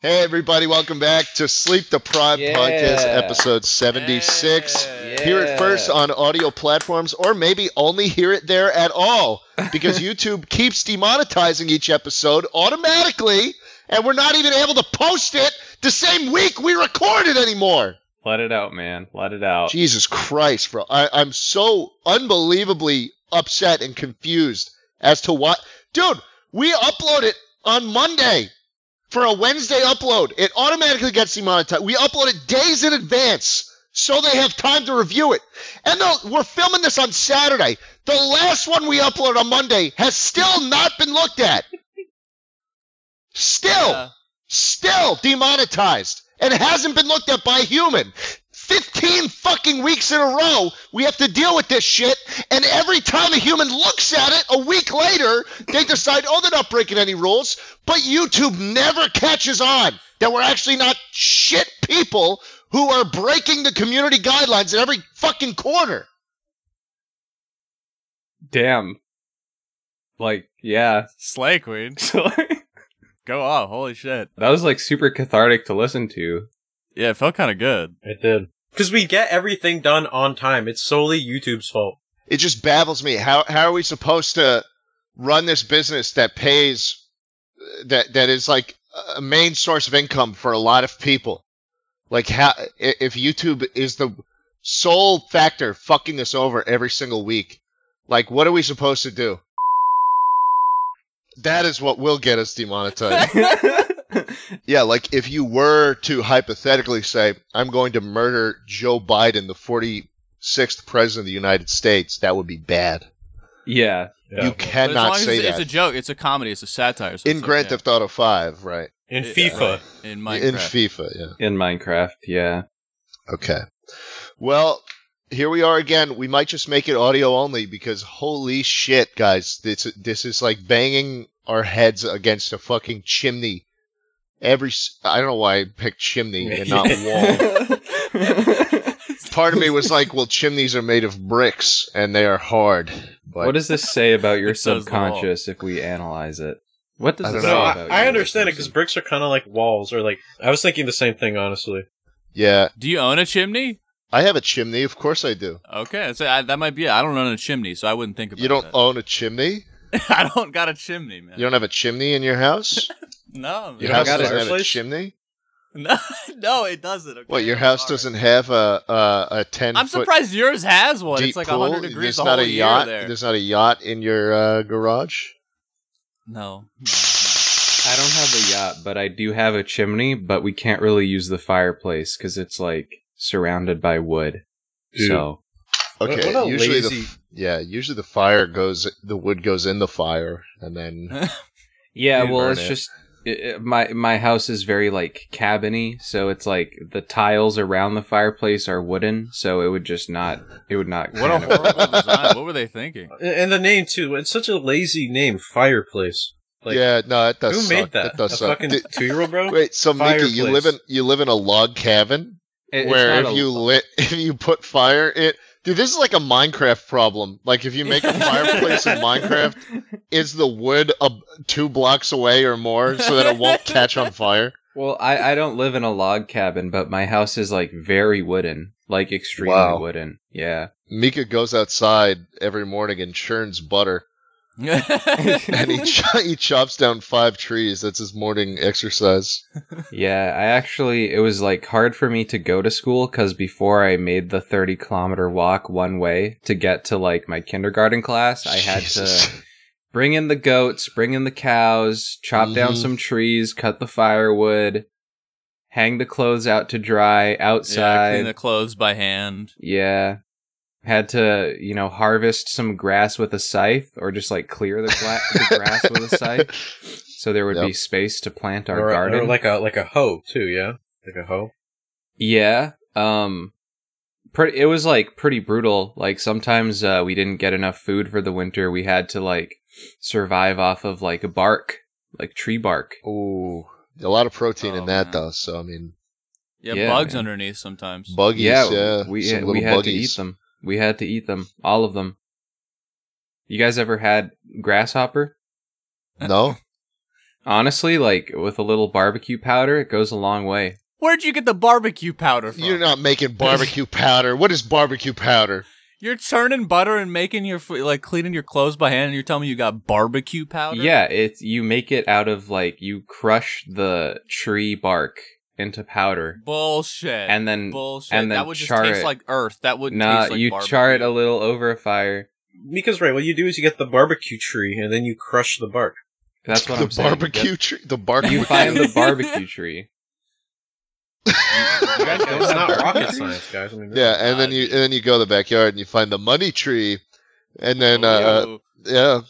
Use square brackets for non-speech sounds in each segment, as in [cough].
Hey everybody, welcome back to Sleep Deprived Yeah. Podcast, episode 76. Yeah. Hear it first on audio platforms, or maybe only hear it there at all, [laughs] because YouTube keeps demonetizing each episode automatically, and we're not even able to post it the same week we record it anymore. Let it out, man. Let it out. Jesus Christ, bro. I, I'm so unbelievably upset and confused as to what. Dude, we upload it on Monday for a Wednesday upload. It automatically gets demonetized. We upload it days in advance so they have time to review it. And though we're filming this on Saturday. The last one we upload on Monday has still not been looked at. Still Yeah. still demonetized and hasn't been looked at by a human. 15 fucking weeks in a row, we have to deal with this shit, and every time a human looks at it, a week later, they decide, oh, they're not breaking any rules, but YouTube never catches on that we're actually not shit people who are breaking the community guidelines in every fucking corner. Damn. Like, yeah. [laughs] Slay Queen. [laughs] So like, Go off. Holy shit. that was like super cathartic to listen to. Yeah, it felt kind of good. It did. Because we get everything done on time. It's solely YouTube's fault. it just baffles me how how are we supposed to run this business that pays that that is like a main source of income for a lot of people like how i- if youtube is the sole factor fucking us over every single week like what are we supposed to do that is what will get us demonetized [laughs] yeah, like if you were to hypothetically say, I'm going to murder Joe Biden, the 46th president of the United States, that would be bad. yeah. you But as long cannot as say it's, it's that. a joke. It's a comedy. It's a satire. So in it's Grand okay. Theft Auto 5, right? In Yeah, FIFA. right. In Minecraft. In FIFA, yeah. In Minecraft, yeah. Okay. Well, here we are again. We might just make it audio only because holy shit, guys, this this is like banging our heads against a fucking chimney. Every s- I don't know why I [laughs] picked chimney and not wall. part of me was like, well, chimneys are made of bricks and they are hard. But what does this say about your It says the wall. subconscious if we analyze it? What I does don't this No, know. say I, about you I as a understand it because person? bricks are kind of like walls, or like I was thinking the same thing, honestly. yeah, Do you own a chimney? I have a chimney. Of course I do. Okay, so I, that might be it. I don't own a chimney, so I wouldn't think about You don't that. own a chimney? [laughs] I don't got a chimney, man. You don't have a chimney in your house? no, Your don't house got a doesn't have a fireplace? chimney? [laughs] no, no, it doesn't. Okay, What, your I'm house sorry. doesn't have a a, a 10 I'm foot surprised yours has one. deep It's like pool? 100 degrees There's the whole not a year yacht. there. There's not a yacht in your uh, garage? No. I don't have a yacht, but I do have a chimney, but we can't really use the fireplace because it's like surrounded by wood. Dude. So What- Okay, what a usually the lazy- f- yeah, usually the fire goes the wood goes in the fire and then yeah, Dude, well, burn it's it. just it, it- my my house is very like cabiny, so it's like the tiles around the fireplace are wooden, so it would just not it would [laughs] not. What a kind of- horrible design. What were they thinking? [laughs] And- And the name too. It's such a lazy name, fireplace. Like, yeah, no, it does who suck. made that? does a suck. fucking Did- two-year-old [laughs] bro. Wait, so Mickey, you live in Fireplace. you live in a log cabin it- it's where not if a- you lit [laughs] if you put fire it dude, this is like a Minecraft problem. Like if you make a fireplace in Minecraft, [laughs] is the wood ab- two blocks away or more so that it won't catch on fire? Well, I, I don't live in a log cabin, but my house is like very wooden, like extremely Wow. wooden. Yeah. Mika goes outside every morning and churns butter, and [laughs] he ch- he chops down five trees. That's his morning exercise. Yeah, I actually it was like hard for me to go to school cuz before I made the 30 kilometer walk one way to get to like my kindergarten class, I had to bring in the goats, bring in the cows, chop down Mhm. Mm-hmm. some trees, cut the firewood, hang the clothes out to dry yeah, outside. clean the clothes by hand. Yeah. Had to, you know, harvest some grass with a scythe or just like clear the, [laughs] gla- the grass with [laughs] a scythe so there would Yep. be space to plant our or, garden. or like a like a hoe too. Yeah, like a hoe. yeah. Um pretty it was like pretty brutal. Like sometimes uh we didn't get enough food for the winter. We had to like survive off of like bark, like tree bark. Ooh, a lot of protein in Oh, that man. though. So I mean, Yeah, Yeah, bugs man. underneath sometimes. buggies. Yeah, yeah, we some little we had buggies. to eat them. We had to eat them, all of them. You guys ever had grasshopper? No, Honestly, like with a little barbecue powder, it goes a long way. Where'd you get the barbecue powder from? You're not making barbecue powder. What is barbecue powder? You're churning butter and making your food, like cleaning your clothes by hand, and you're telling me you got barbecue powder? Yeah, it's you make it out of like you crush the tree bark into powder. Bullshit. And then- bullshit. and then that would just char taste it. like earth. That would Nah, taste like you barbecue. char it a little over a fire. Mika's right. What you do is you get the barbecue tree and then you crush the bark. That's what the [laughs] I'm saying. barbecue tree. The Yep. barbecue. You [laughs] find the barbecue tree. You guys know it's not rocket Trees? science, guys. I mean, yeah, and then you and then you go to the backyard and you find the money tree, and then uh, uh, Oh, Yo. yeah,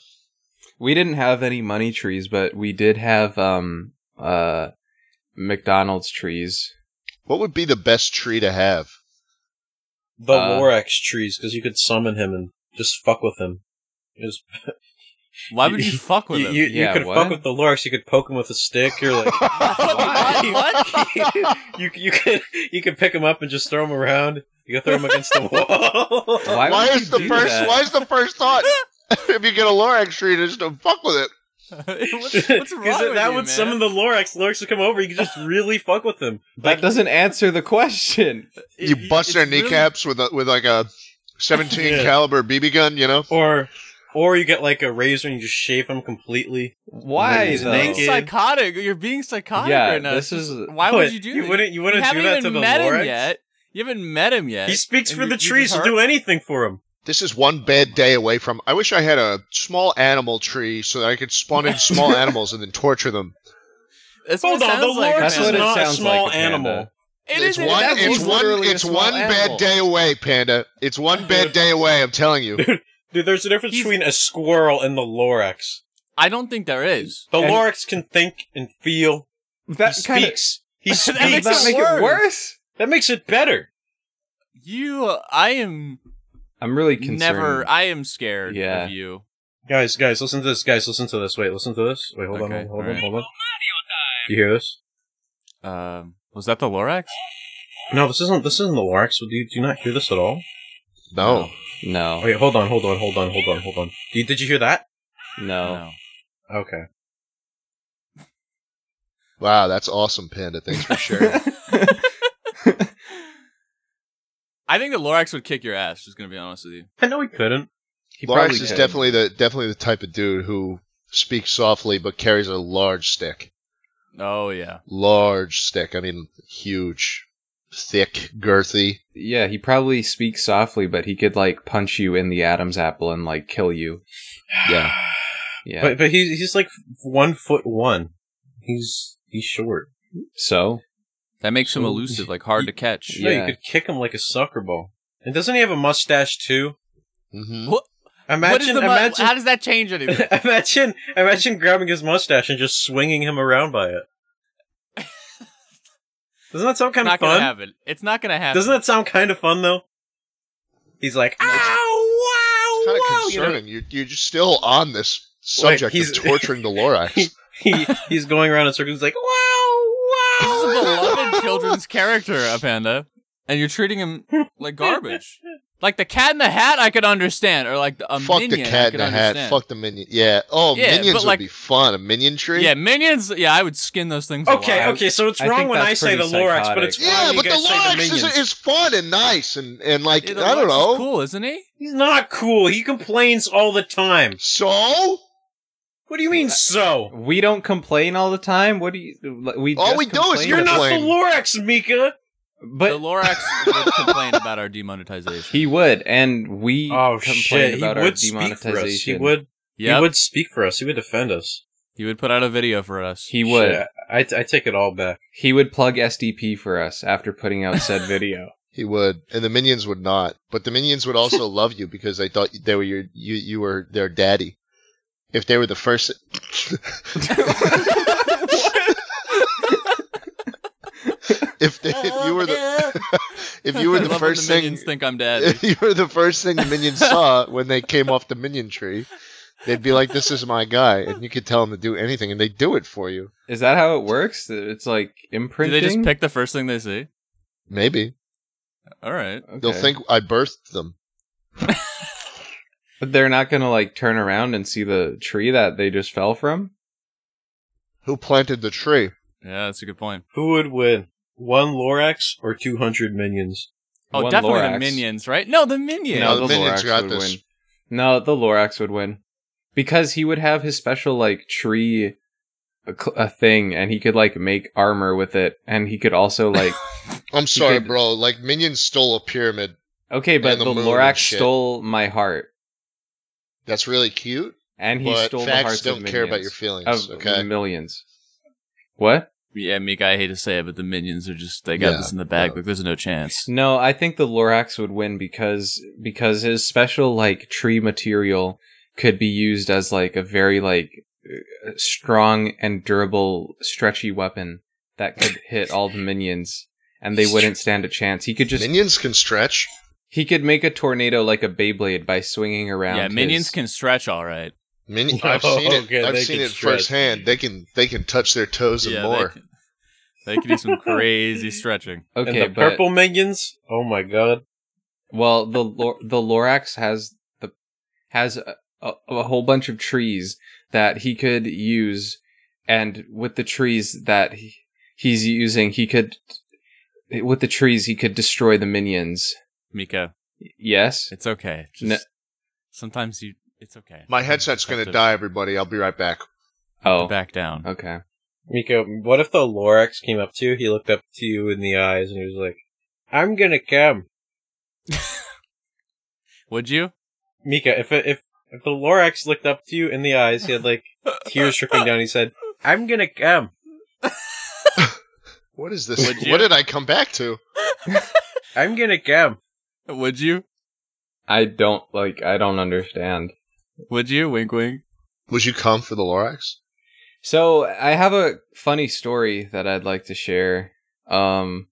We didn't have any money trees, but we did have um uh McDonald's trees. what would be the best tree to [laughs] have? the uh, Lorax trees because you could summon him and just fuck with him. It was- Why would you fuck with you, him? [laughs] you, Yeah, you could what? fuck with the Lorax. You could poke him with a stick. You're like, [laughs] you you could you could pick him up and just throw him around. You could throw him [laughs] against the wall. [laughs] Why, why would is you the do first? that? Why is the first thought? [laughs] if you get a Lorax tree, just don't fuck with it. what's, what's wrong Because with that you, would man? summon the Lorax. Lorax would come over. You could just really fuck with them. That doesn't answer the question. You It- bust their it's really- kneecaps with a, with like a [laughs] seventeen Yeah. caliber BB gun. You know. or or you get like a razor and you just shave him completely. Why He's though? Being naked. psychotic. You're being psychotic Yeah, right now. this It's is- just- why would you do You that? wouldn't. You You wouldn't do haven't that even to the met Lorax. him yet. You haven't met him yet. He speaks And for you- the you trees. just He'll do anything for him. This is one bad day away from. I wish I had a small animal tree so that I could spawn in [laughs] small animals and then torture them. That's Hold what it on, the sounds like, Lorax That's man. what it not a sounds small like. a panda. animal. It it's isn't- one. that's It's literally- one. literally a It's small one animal. bad day away, Panda. It's [laughs] one bad day away. I'm telling you. Dude, there's a difference He's- between a squirrel and the Lorax. I don't think there is. The And- Lorax can think and feel. That he kind of speaks. [laughs] He That speaks. makes that it make it worse. worse? That makes it better. You, uh, I am I'm really concerned. never. I am scared Yeah. of you. Guys, guys, listen to this. Guys, listen to this. Wait, listen to this. Wait, hold Okay, on, hold on, alright. hold on. Do you hear this? Um, was that the Lorax? No, this isn't. This isn't the Lorax. Do you, do you not hear this at all? No. no, Wait, hold on, hold on, hold on, hold on, hold on. Did, did you hear that? no. [laughs] Okay. Wow, that's awesome, Panda. Thanks [laughs] for sharing. [laughs] I think the Lorax would kick your ass. Just gonna be honest with you. I know he couldn't. He probably Lorax is could. definitely the definitely the type of dude who speaks softly but carries a large stick. Oh yeah. Large stick. I mean, huge, thick, girthy. Yeah, he probably speaks softly, but he could like punch you in the Adam's apple and like kill you. Yeah, yeah. But but he's he's like one foot one. He's he's short. so That makes him So- elusive, like hard to catch. Yeah, Yeah. you could kick him like a soccer ball. And doesn't he have a mustache too? hmm what is Imagine, the mu- imagine, How does that change anything? [laughs] imagine, imagine grabbing his mustache and just swinging him around by [laughs] it. Doesn't that sound kind of not gonna fun? happen. It's not gonna happen. Doesn't that sound kind of fun though? He's like, ow, wow, Kind of wow. you know? concerning. You're you're just still on this subject he's- of [laughs] torturing the Lorax. [laughs] he, he's going around in circles. He's like, wow, This wow. is a [laughs] beloved children's character, a panda, and you're treating him like garbage. Like the Cat in the Hat, I could understand, or like the, a Fuck minion, the I cat in could the hat. understand. Fuck the minion. Yeah. Oh, Yeah, minions but would like- be fun. A minion tree. Yeah, minions. Yeah, I would skin those things. Okay, alive. okay. So it's I wrong think when that's I say the pretty Lorax, but psychotic. it's wrong Yeah, when but you the guys say the Lorax minions. is, is fun and nice and and like Yeah, the I don't Lorax is know. cool, isn't he? He's not cool. He complains all the time. So What do you mean? So we don't complain all the time. What do you? We All just we do is complain. you're not the complain. Lorax, Mika. But the Lorax [laughs] would complain about our demonetization. He would, and we Oh complained shit! He about our would speak for demonetization. us. He would. Yeah, He would speak for us. He would defend us. he would put out a video for us. [laughs] He [laughs] would. Shit, I, I take it all back. He would plug SDP for us after putting out said video. He would, and the minions would not. But the minions would [laughs] also love you because they thought they were your you you were their daddy. If they were the first, [laughs] if they, if you were the if you were I the love when first the thing minions think [laughs] I'm dead. if you were the first thing the minions saw when they came off the minion tree, they'd be like, "This is my guy," and you could tell them to do anything, and they do it for you. Is that how it works? It's like Do imprinting. they just pick the first thing they see? Maybe All right. Okay. they'll think I birthed them. but they're not gonna like turn around and see the tree that they just fell from. Who planted the tree? Yeah, that's a good point. Who would win? One Lorax or 200 minions? Oh, One definitely the Lorax. minions, right? No, the minions. No, No, the the minions Lorax got would this. win. No, the Lorax would win because he would have his special like tree a, cl- a thing, and he could like make armor with it, and he [laughs] could also like I'm sorry, did- bro. Like minions stole a pyramid. okay, but And the the, moon and Lorax shit. stole my heart, That's really cute, and he but stole the facts hearts don't of care about your minions. feelings. of Okay. millions. What? Yeah, Mika, I hate to say it, but the minions are just they got Yeah, this in the bag. yeah. Like there's no chance. No, I think the Lorax would win because because his special like tree material could be used as like a very like uh, strong and durable stretchy weapon that could hit all the minions and they wouldn't stand a chance. He could just Minions can stretch. he could make a tornado like a Beyblade by swinging around. Yeah, minions his- can stretch all right. Minion. I've seen it. Okay, I've they seen can it stretch. firsthand. They can. They can touch their toes yeah, and more. They, can, they can do some crazy stretching. Okay, and the but purple minions? Oh my god. well, the Lor- the Lorax has the has a, a, a whole bunch of trees that he could use, and with the trees that he, he's using, he could with the trees he could destroy the minions. Mika, Yes. it's okay. Just No. sometimes you it's okay. My You headset's just have gonna to die, everybody. I'll be right back. Oh. Back down. Okay. Miko, what if the Lorax came up to you? He looked up to you in the eyes and he was like, I'm gonna come. Would you? Mika, if, if, if the Lorax looked up to you in the eyes, he had like tears trickling down. He said, I'm gonna come. What is this? Would you? What did I come back to? I'm gonna come. Would you? I don't like. I don't understand. Would you? Wink, wink. Would you come for the Lorax? So I have a funny story that I'd like to share. Um,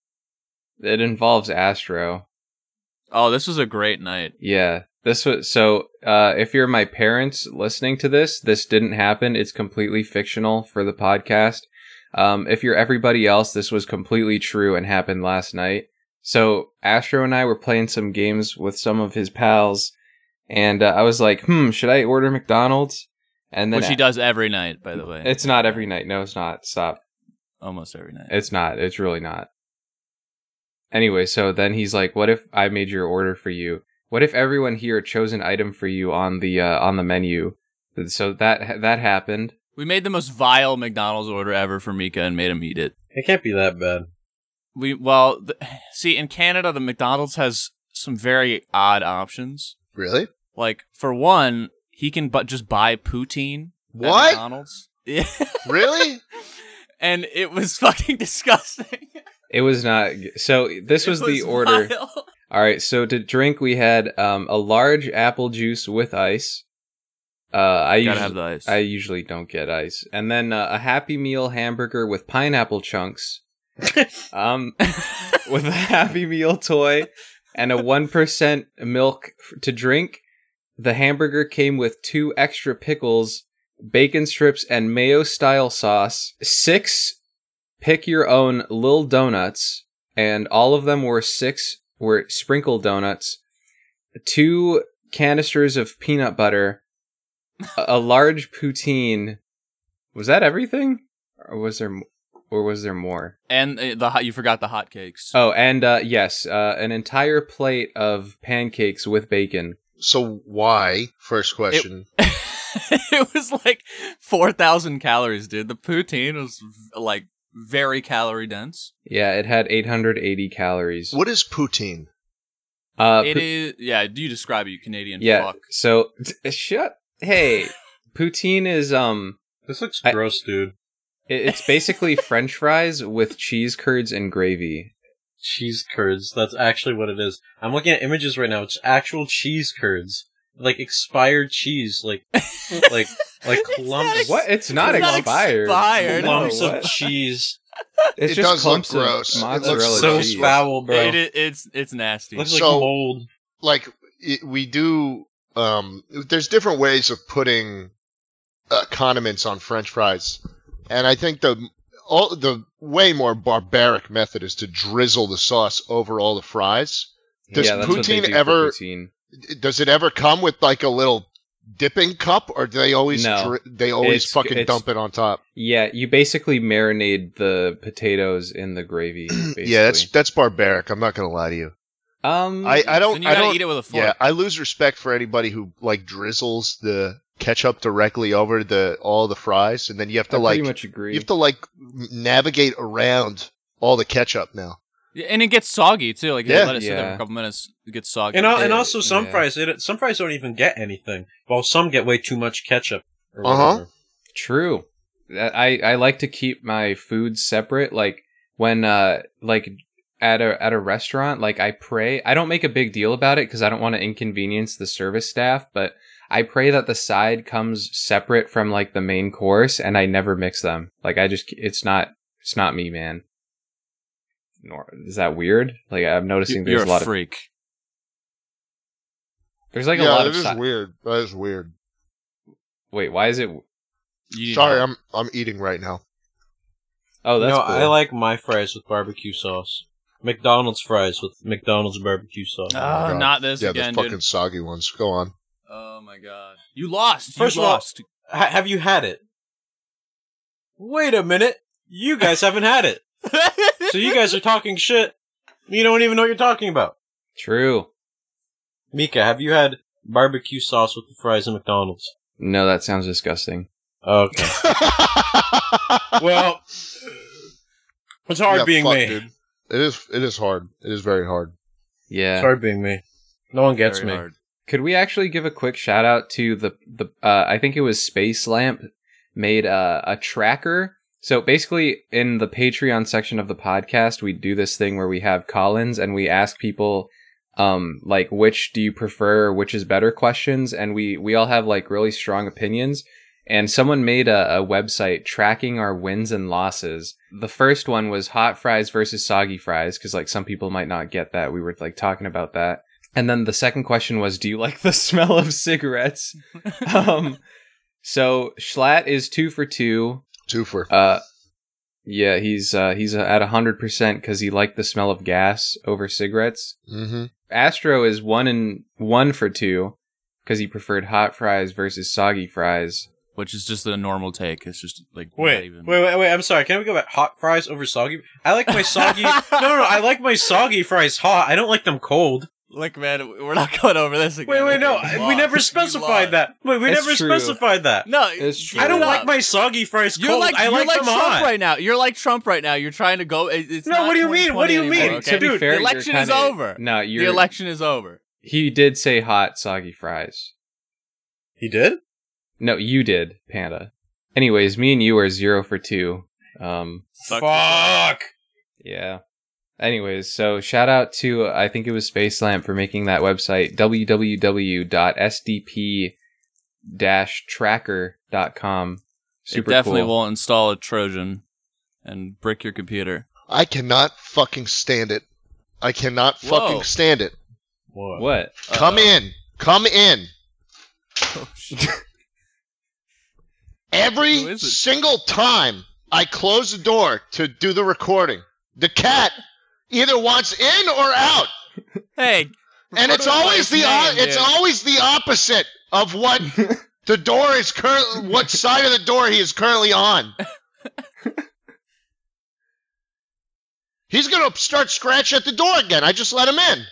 it involves Astro. Oh, this was a great night. Yeah. This was so uh if you're my parents listening to this, this didn't happen. It's completely fictional for the podcast. Um if you're everybody else, this was completely true and happened last night. So Astro and I were playing some games with some of his pals and uh, I was like, "Hmm, should I order McDonald's?" And then Which he does every night, by the way. It's not every night. No, it's not. Stop. almost every night. It's not. It's really not. Anyway, so then he's like, "What if I made your order for you? What if everyone here chose an item for you on the uh, on the menu?" And So that that happened. we made the most vile McDonald's order ever for Mika and made him eat it. It can't be that bad. We well, th- see in Canada the McDonald's has some very odd options. Really? Like for one, he can but just buy poutine at What? McDonald's. [laughs] Yeah. really? and it was fucking disgusting. It was not. So this It was, the order. vile. All right. So to drink, we had um, a large apple juice with ice. Uh, I Gotta usu- have the ice. I usually don't get ice, and then uh, a Happy Meal hamburger with pineapple chunks. um, with a Happy Meal toy and a 1% milk f- to drink. The hamburger came with two extra pickles, bacon strips, and mayo style sauce, six pick your own little donuts, and all of them were six were sprinkle donuts, two canisters of peanut butter, a, a large poutine. Was that everything? Or was there m- or was there more? [laughs] and uh, the hot, you forgot the hotcakes. Oh, and uh, yes, uh, an entire plate of pancakes with bacon. [laughs] So why? First question. [laughs] it was like 4,000 calories, dude. The poutine was like very calorie dense. Yeah, it had 880 calories. what is poutine? Uh, It pou- is, yeah, do you describe it, you Canadian yeah. fuck? So [laughs] shut. Hey, poutine is um, This looks I- gross, dude. it- [laughs] it's basically French fries with cheese curds and gravy. cheese curds. That's actually what it is. I'm looking at images right now. It's actual cheese curds, like expired cheese, [laughs] like like like It's not clumps. ex- What? It's not It's not expired. expired. Clumps No, of what? cheese. It's It just does look clumps of gross. It looks mozzarella so cheese. foul, bro. It, it, it's, it's nasty. looks like So- mold. Like it, we do. Um, there's different ways of putting uh, condiments on French fries, and I think the all, the way more barbaric method is to drizzle the sauce over all the fries. Does yeah, that's what they poutine do for ever- poutine. Does it ever come with like a little dipping cup, or do they always No. dri- they always It's- fucking it's- dump it on top? Yeah, you basically marinate the potatoes in the gravy. [clears throat] Basically. Yeah, that's that's barbaric. I'm not gonna lie to you. um. I, I then don't you I gotta don't eat it with a fork. yeah I lose respect for anybody who like drizzles the ketchup directly over the all the fries, and then you have I to like pretty much agree. you have to like navigate around all the ketchup now. Yeah, and it gets soggy too. Like you Yeah. let it sit there for Yeah. a couple minutes, it gets soggy. And, al- and Yeah, also some yeah. fries, it, some fries don't even get anything, while some get way too much ketchup. or Uh-huh. whatever. True. That- I I like to keep my food separate. Like when uh like at a at a restaurant, like I pray. I don't make a big deal about it because I don't want to inconvenience the service staff, but I pray that the side comes separate from like the main course and I never mix them. Like I just it's not it's not me, man. Nor is that weird? Like I'm noticing You're there's a a lot of freak. there's like a yeah, lot that of is si- weird. That is weird. wait. Why is it? You need Sorry, help. I'm I'm eating right now. Oh, that's no, cool. I like my fries with barbecue sauce. McDonald's fries with McDonald's barbecue sauce. Oh my Ah, God. not this yeah, again, the fucking dude. soggy ones. Go on. [laughs] Oh my god, you lost. First you of all- lost. [laughs] Ha- have you had it? Wait a minute. You guys haven't had it. So you guys are talking shit. You don't even know what you're talking about. True. Mika, have you had barbecue sauce with the fries at McDonald's? No, that sounds disgusting. Okay. [laughs] well, it's hard Yeah, being fuck, me. dude. It is it is hard. It is very hard. Yeah. It's hard being me. No one gets Very me. hard. Could we actually give a quick shout out to the the uh, I think it was Space Lamp made uh, a tracker. So basically, in the Patreon section of the podcast, we do this thing where we have Collins and we ask people um like which do you prefer, which is better questions, and we we all have like really strong opinions. And someone made a, a website tracking our wins and losses. The first one was hot fries versus soggy fries because like some people might not get that. We were like talking about that. And then the second question was, do you like the [laughs] smell of cigarettes? um, so Schlatt is two for two. Two for Uh, yeah, he's uh, he's uh, at hundred percent because he liked the smell of gas over cigarettes. mm-hmm. Astro is one and one for two because he preferred hot fries versus soggy fries. Which is just a normal take. It's just like not Wait, even... wait, wait, wait! I'm sorry. Can we go back? Hot fries over soggy? I like my [laughs] soggy. no, no, no! I like my soggy fries hot. I don't like them cold. Look, man, we're not going over this again. Wait, wait, no! You We lost. never You specified lost. that. Wait, we It's never true. specified that. No, It's shut true. I don't up. like my soggy fries You're cold. like I you're like, like them Trump hot. right now. You're like Trump right now. You're trying to go. it- It's No, not what do you mean? What do you 2020 mean? anymore, To okay? be The fair, you're election is kinda- over. No, you're, The election is over. He did say hot soggy fries. He did. No, you did, Panda. Anyways, me and you are zero for two. Um, Suck Fuck. Yeah. Anyways, so shout out to uh, I think it was Space Lamp for making that website www.sdp-tracker.com. Super it definitely cool. won't install a Trojan and brick your computer. I cannot fucking stand it. I cannot Whoa. fucking stand it. What? Come in. Come in. [laughs] Oh, shit. Who Every is it? single time I close the door to do the recording, the cat either wants in or out. hey, And refer it's to by always its the o- name, it's dude. always the opposite of what the door is currently what side of the door he is currently on. He's gonna start scratching at the door again. I just let him in.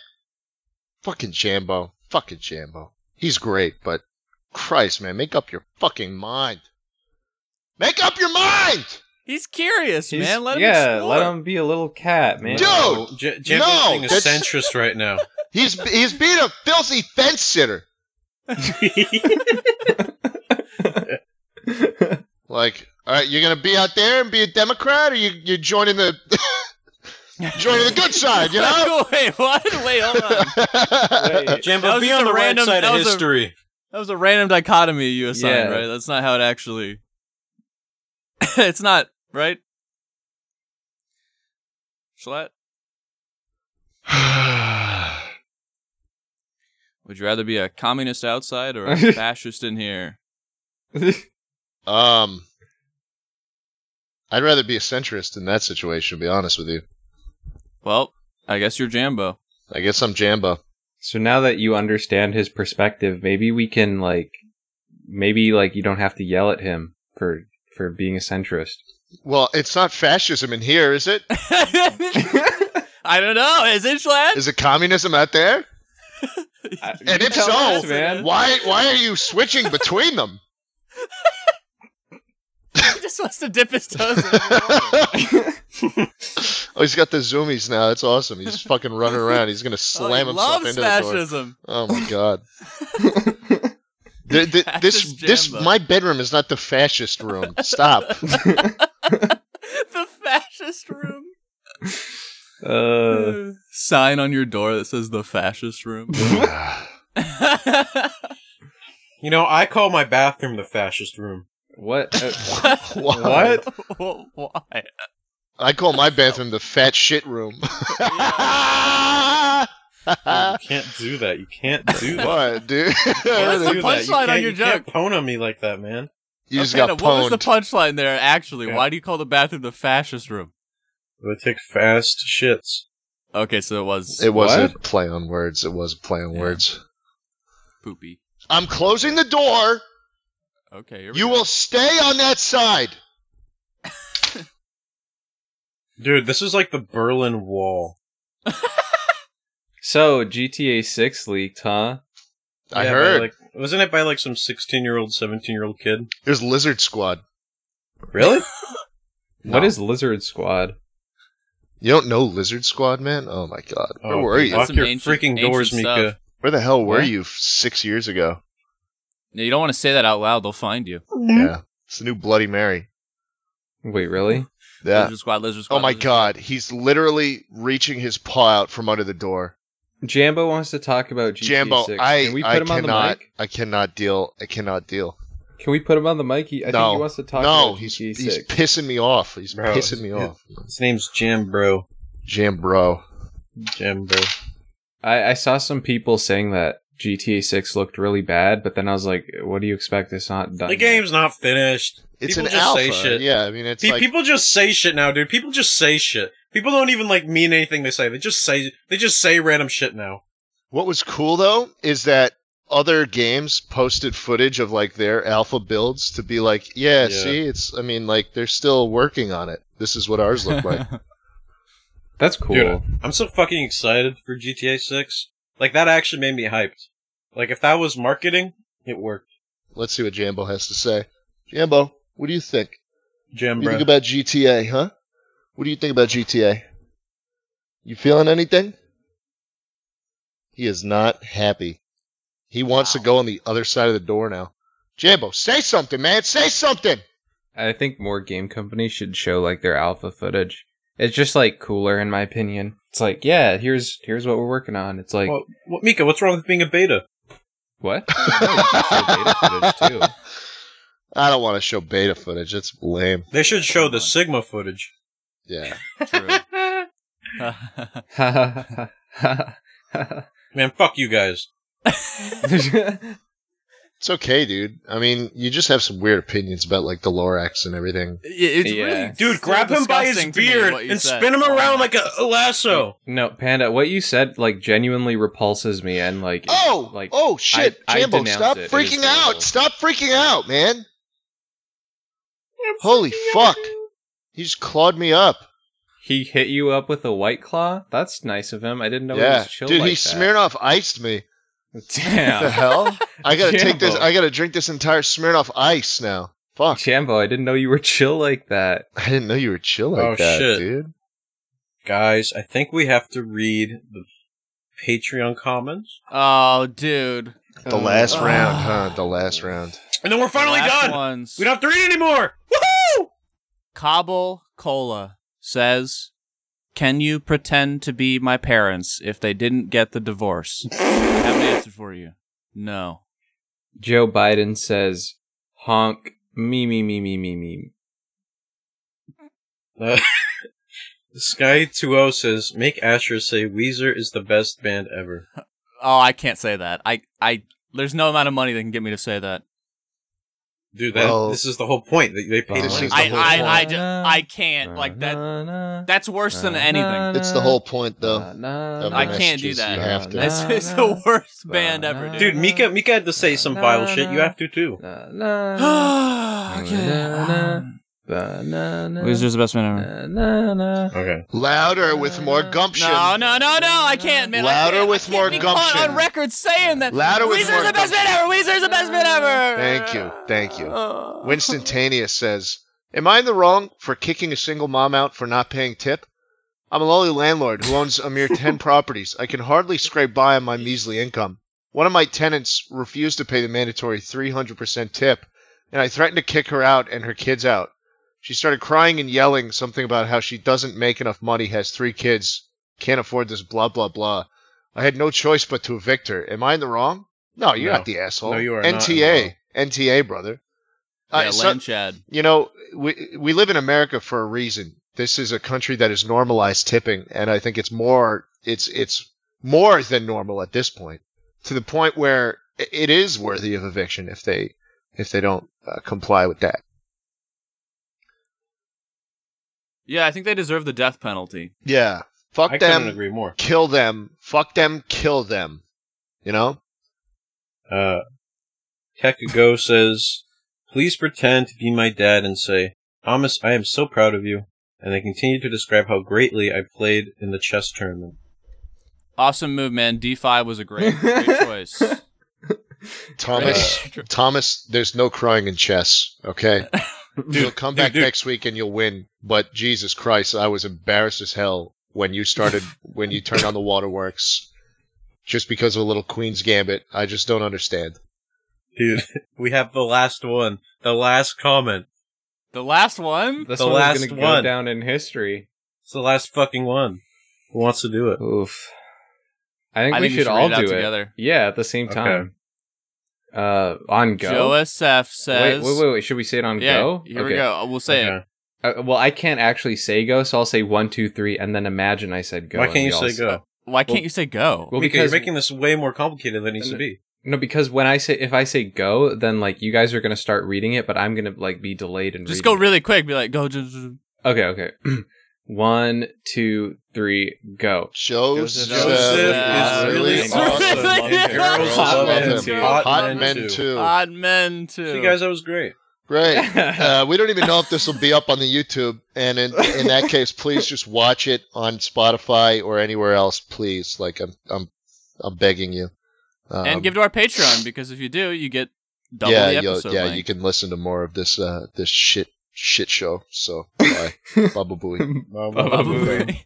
Fucking Jambo. Fucking Jambo. He's great, but Christ, man, make up your fucking mind. Make up your mind, he's curious, He's- man. Let him yeah, explore. [laughs] let him be a little cat, man. Dude! No, J- Oh, Jambo's No, being a that's- centrist [laughs] right now. He's he's being a filthy fence sitter. Like, all right, you're gonna be out there and be a Democrat, or you you joining the [laughs] joining the good side, you know? [laughs] [laughs] Wait, what? Wait, [laughs] hold on. That Jambo, was be just on a the random- right side that of was a- history. That was a random dichotomy you assigned, Yeah. right? That's not how it actually. [laughs] it's not right. Schlatt, would you rather be a communist outside or [laughs] a fascist in here? um, I'd rather be a centrist in that situation. To be honest with you, Well, I guess you're Jambo. I guess I'm Jambo. so now that you understand his perspective, maybe we can like maybe like you don't have to yell at him for for being a centrist. Well, it's not fascism in here, is it? [laughs] I don't know. Is it Schlad? Is it communism out there? I- And you if tell so, us, man, Why why are you switching between them? he just wants to dip his [laughs] toes in. every water. Oh, he's got the zoomies now. That's awesome. He's fucking running around. He's gonna slam oh, he himself loves into the door. fascism. [laughs] Oh my god. Th- th- this Fascist this Jambo. my bedroom is not the fascist room. [laughs] Stop. the fascist room. [laughs] uh, Sign on your door that says the fascist [laughs] room. You know, I call my bathroom the fascist room. what? uh, Why? what? Well, Why? I call my bathroom the fat shit room. [laughs] you can't Uh. do that. You can't [laughs] do that. what, dude? What [laughs] is the You can't do that. You punchline on can't- your you can't pwn on me like that, man. you just Panda, got what was the pwned. punchline there? Actually, Yeah. why do you call the bathroom the fascist room? I take fast shits. Okay, so it was It was a What? play on words. It was a play on Yeah. words. poopy. I'm closing the door. Okay, here we You go. will stay on that side. Dude, this is like the Berlin Wall. So GTA Six leaked, huh? I Yeah, by, heard. Like, wasn't it by like some 16 year old, 17 year old kid? There's Lizard Squad. Really? What [laughs] No. is Lizard Squad? You don't know Lizard Squad, man? Oh my god. Where Oh, were dude, you? Lock That's some your ancient- freaking doors, ancient Mika. Where the hell were What? you f- six years ago? No, you don't want to say that out loud. They'll find you. Yeah. It's the new Bloody Mary. Wait, really? Hmm? Yeah. Lizard squad, lizard squad. Oh my lizard god. He's literally reaching his paw out from under the door. Jambo wants to talk about GTA Jambo, Six. I, Can we put I him on the cannot mic? I cannot deal. I cannot deal. Can we put him on the mic? He, I No. think he wants to talk no, about he's GTA he's Six. pissing me off. He's Bro, pissing me it- off. His name's Jam Bro. Jam bro. Jam Bro. I, I saw some people saying that GTA Six looked really bad, but then I was like, "What do you expect? It's not done." The yet. game's not finished. It's People an just alpha. say shit. Yeah, I mean it's Pe- like people just say shit now, dude. People just say shit. People don't even like mean anything they say. They just say they just say random shit now. What was cool though is that other games posted footage of like their alpha builds to be like, yeah, Yeah. see, it's I mean like they're still working on it. This is what ours look [laughs] like. That's cool. Dude, I'm so fucking excited for GTA 6. Like that actually made me hyped. Like if that was marketing, it worked. Let's see what Jambo has to say. Jambo, what do you think? Jam What do you Bro. think about GTA, huh? What do you think about GTA? You feeling anything? He is not happy. He wants to go on the other side of the door now. Jambo, say something, man. Say [laughs] something. I think more game companies should show like their alpha footage. It's just like cooler in my opinion. It's like, yeah, here's here's what we're working on. It's like Well, what, Mika, what's wrong with being a beta? [laughs] what? No, you can show beta footage, too. I don't want to show beta footage. That's lame. They should show Come on. the Sigma footage. Yeah. [laughs] True. [laughs] Ha, ha, ha, Man, fuck you guys. ha. It's okay, dude. I mean, you just have some weird opinions about like the Lorax and everything. It- It's Yeah. really Dude, still grab him by his disgusting to me beard what you and said. spin him Oh around my like a, a lasso. no, Panda, what you said like genuinely repulses me and like Oh, like oh shit, I- I Jambo, denounce stop it. It is freaking horrible. out! Stop freaking out, man! Holy fuck! He just clawed me up. he hit you up with a white claw? That's nice of him. I didn't know he yeah, was chill dude, like he that. [laughs] Smirnoff iced me. What the Damn. [laughs] hell? I gotta take this. Jambo. I gotta drink this entire Smirnoff ice now. Fuck! Chambo, I didn't know you were chill like that. I didn't know you were chill like Oh, that, shit. dude. Guys, I think we have to read the Patreon comments. Oh, dude. The Um, last Uh, Ah. round, huh? The last round. And then we're finally Last done. Ones. We don't have to read anymore. Woohoo! Cobble Cola says, "Can you pretend to be my parents if they didn't get the [laughs] divorce?" I have an answer for you. No. Joe Biden says, honk, me, me, me, me, me, me. Uh, [laughs] Sky20 says, make Asher say Weezer is the best band ever. Oh, I can't say that. I, I, there's no amount of money that can get me to say that. Dude, that, Well, this is the whole point. They, they paid this money. is the I, whole I, I, point. ju- I can't. Like, that. that. that's worse than anything. It's the whole point, though. No, of I the can't do messages. that. You have to. That's it's the worst band ever, dude. [sighs] Dude, Mika, Mika had to say some vile shit. You have to too. okay. Wizards the best man ever. Okay. Louder with more gumption. No, no, no, no! I can't, man. I Louder can't- with I can't more be caught gumption. on record saying that. Louder with Weezer's more the best gumption. man ever. Weezer's the best man ever. Thank you, thank you. Uh, [laughs] Winstantaneous says, Am I in the wrong for kicking a single mom out for not paying tip? I'm a lowly landlord who owns a mere [laughs] 10 properties. I can hardly scrape by on my measly income. One of my tenants refused to pay the mandatory 300% tip, and I threatened to kick her out and her kids out. She started crying and yelling something about how she doesn't make enough money, has three kids, can't afford this, blah, blah, blah. I had no choice but to evict her. Am I in the wrong? No, you're No. not the asshole. No, you are not in the NTA. NTA, brother. [laughs] yeah, Uh, so- Land Chad. you know, we we live in America for a reason. This is a country that has normalized tipping, and I think it's more it's it's more than normal at this point, to the point where i- it is worthy of eviction if they if they don't uh, comply with that. Yeah, I think they deserve the death penalty. Yeah, fuck I couldn't them, agree more. kill them, fuck them, kill them. You know, Uh, Hekago says, "Please pretend to be my dad and say, Thomas, I am so proud of you." And they continue to describe how greatly I played in the chess tournament. Awesome move, man. D5 was a great, [laughs] great choice. Thomas. Thomas, there's no crying in chess. Okay, you'll come [laughs] dude, back dude. next week and you'll win. But Jesus Christ, I was embarrassed as hell when you started [laughs] when you turned on the waterworks, just because of a little Queen's Gambit. I just don't understand. Dude, [laughs] we have the last one, the last comment. The last one? This The one last is gonna one. go down in history. It's the last fucking one. Who wants to do it? Oof. I think I we think we should should all read it out do it together. Yeah, at the same Okay. time. Uh, on go. Joe SF says. Wait, wait, wait, wait. Should we say it on Yeah, go? here we go. We'll say it. Okay. Uh, well, I can't actually say go, so I'll say one, two, three, and then imagine I said go. Why and can't you y'all say s- go? Why Well- can't you say go? Well, Mika, because you're making this way more complicated than it needs to be. no, because when I say if I say go, then like you guys are gonna start reading it, but I'm gonna like be delayed and Just go reading really quick. Be like, go. j- j- j- it. Okay, okay. [clears throat] one, two, three, go. Joseph, Joseph is really really awesome. awesome. And girls Hot love men him. too. Hot, Hot men, men too. too. Odd men, too. See, guys, that was great. [laughs] Great. Uh, we don't even know if this will be up on the YouTube, and in, in that case, please just watch it on Spotify or anywhere else, please. Like I'm, I'm, I'm begging you. Um, and give to our Patreon because if you do, you get double yeah, the you'll- episode. yeah, length. you can listen to more of this, uh, this shit, shit show. So, bye, Baba Booey. Well, Baba well, Booey.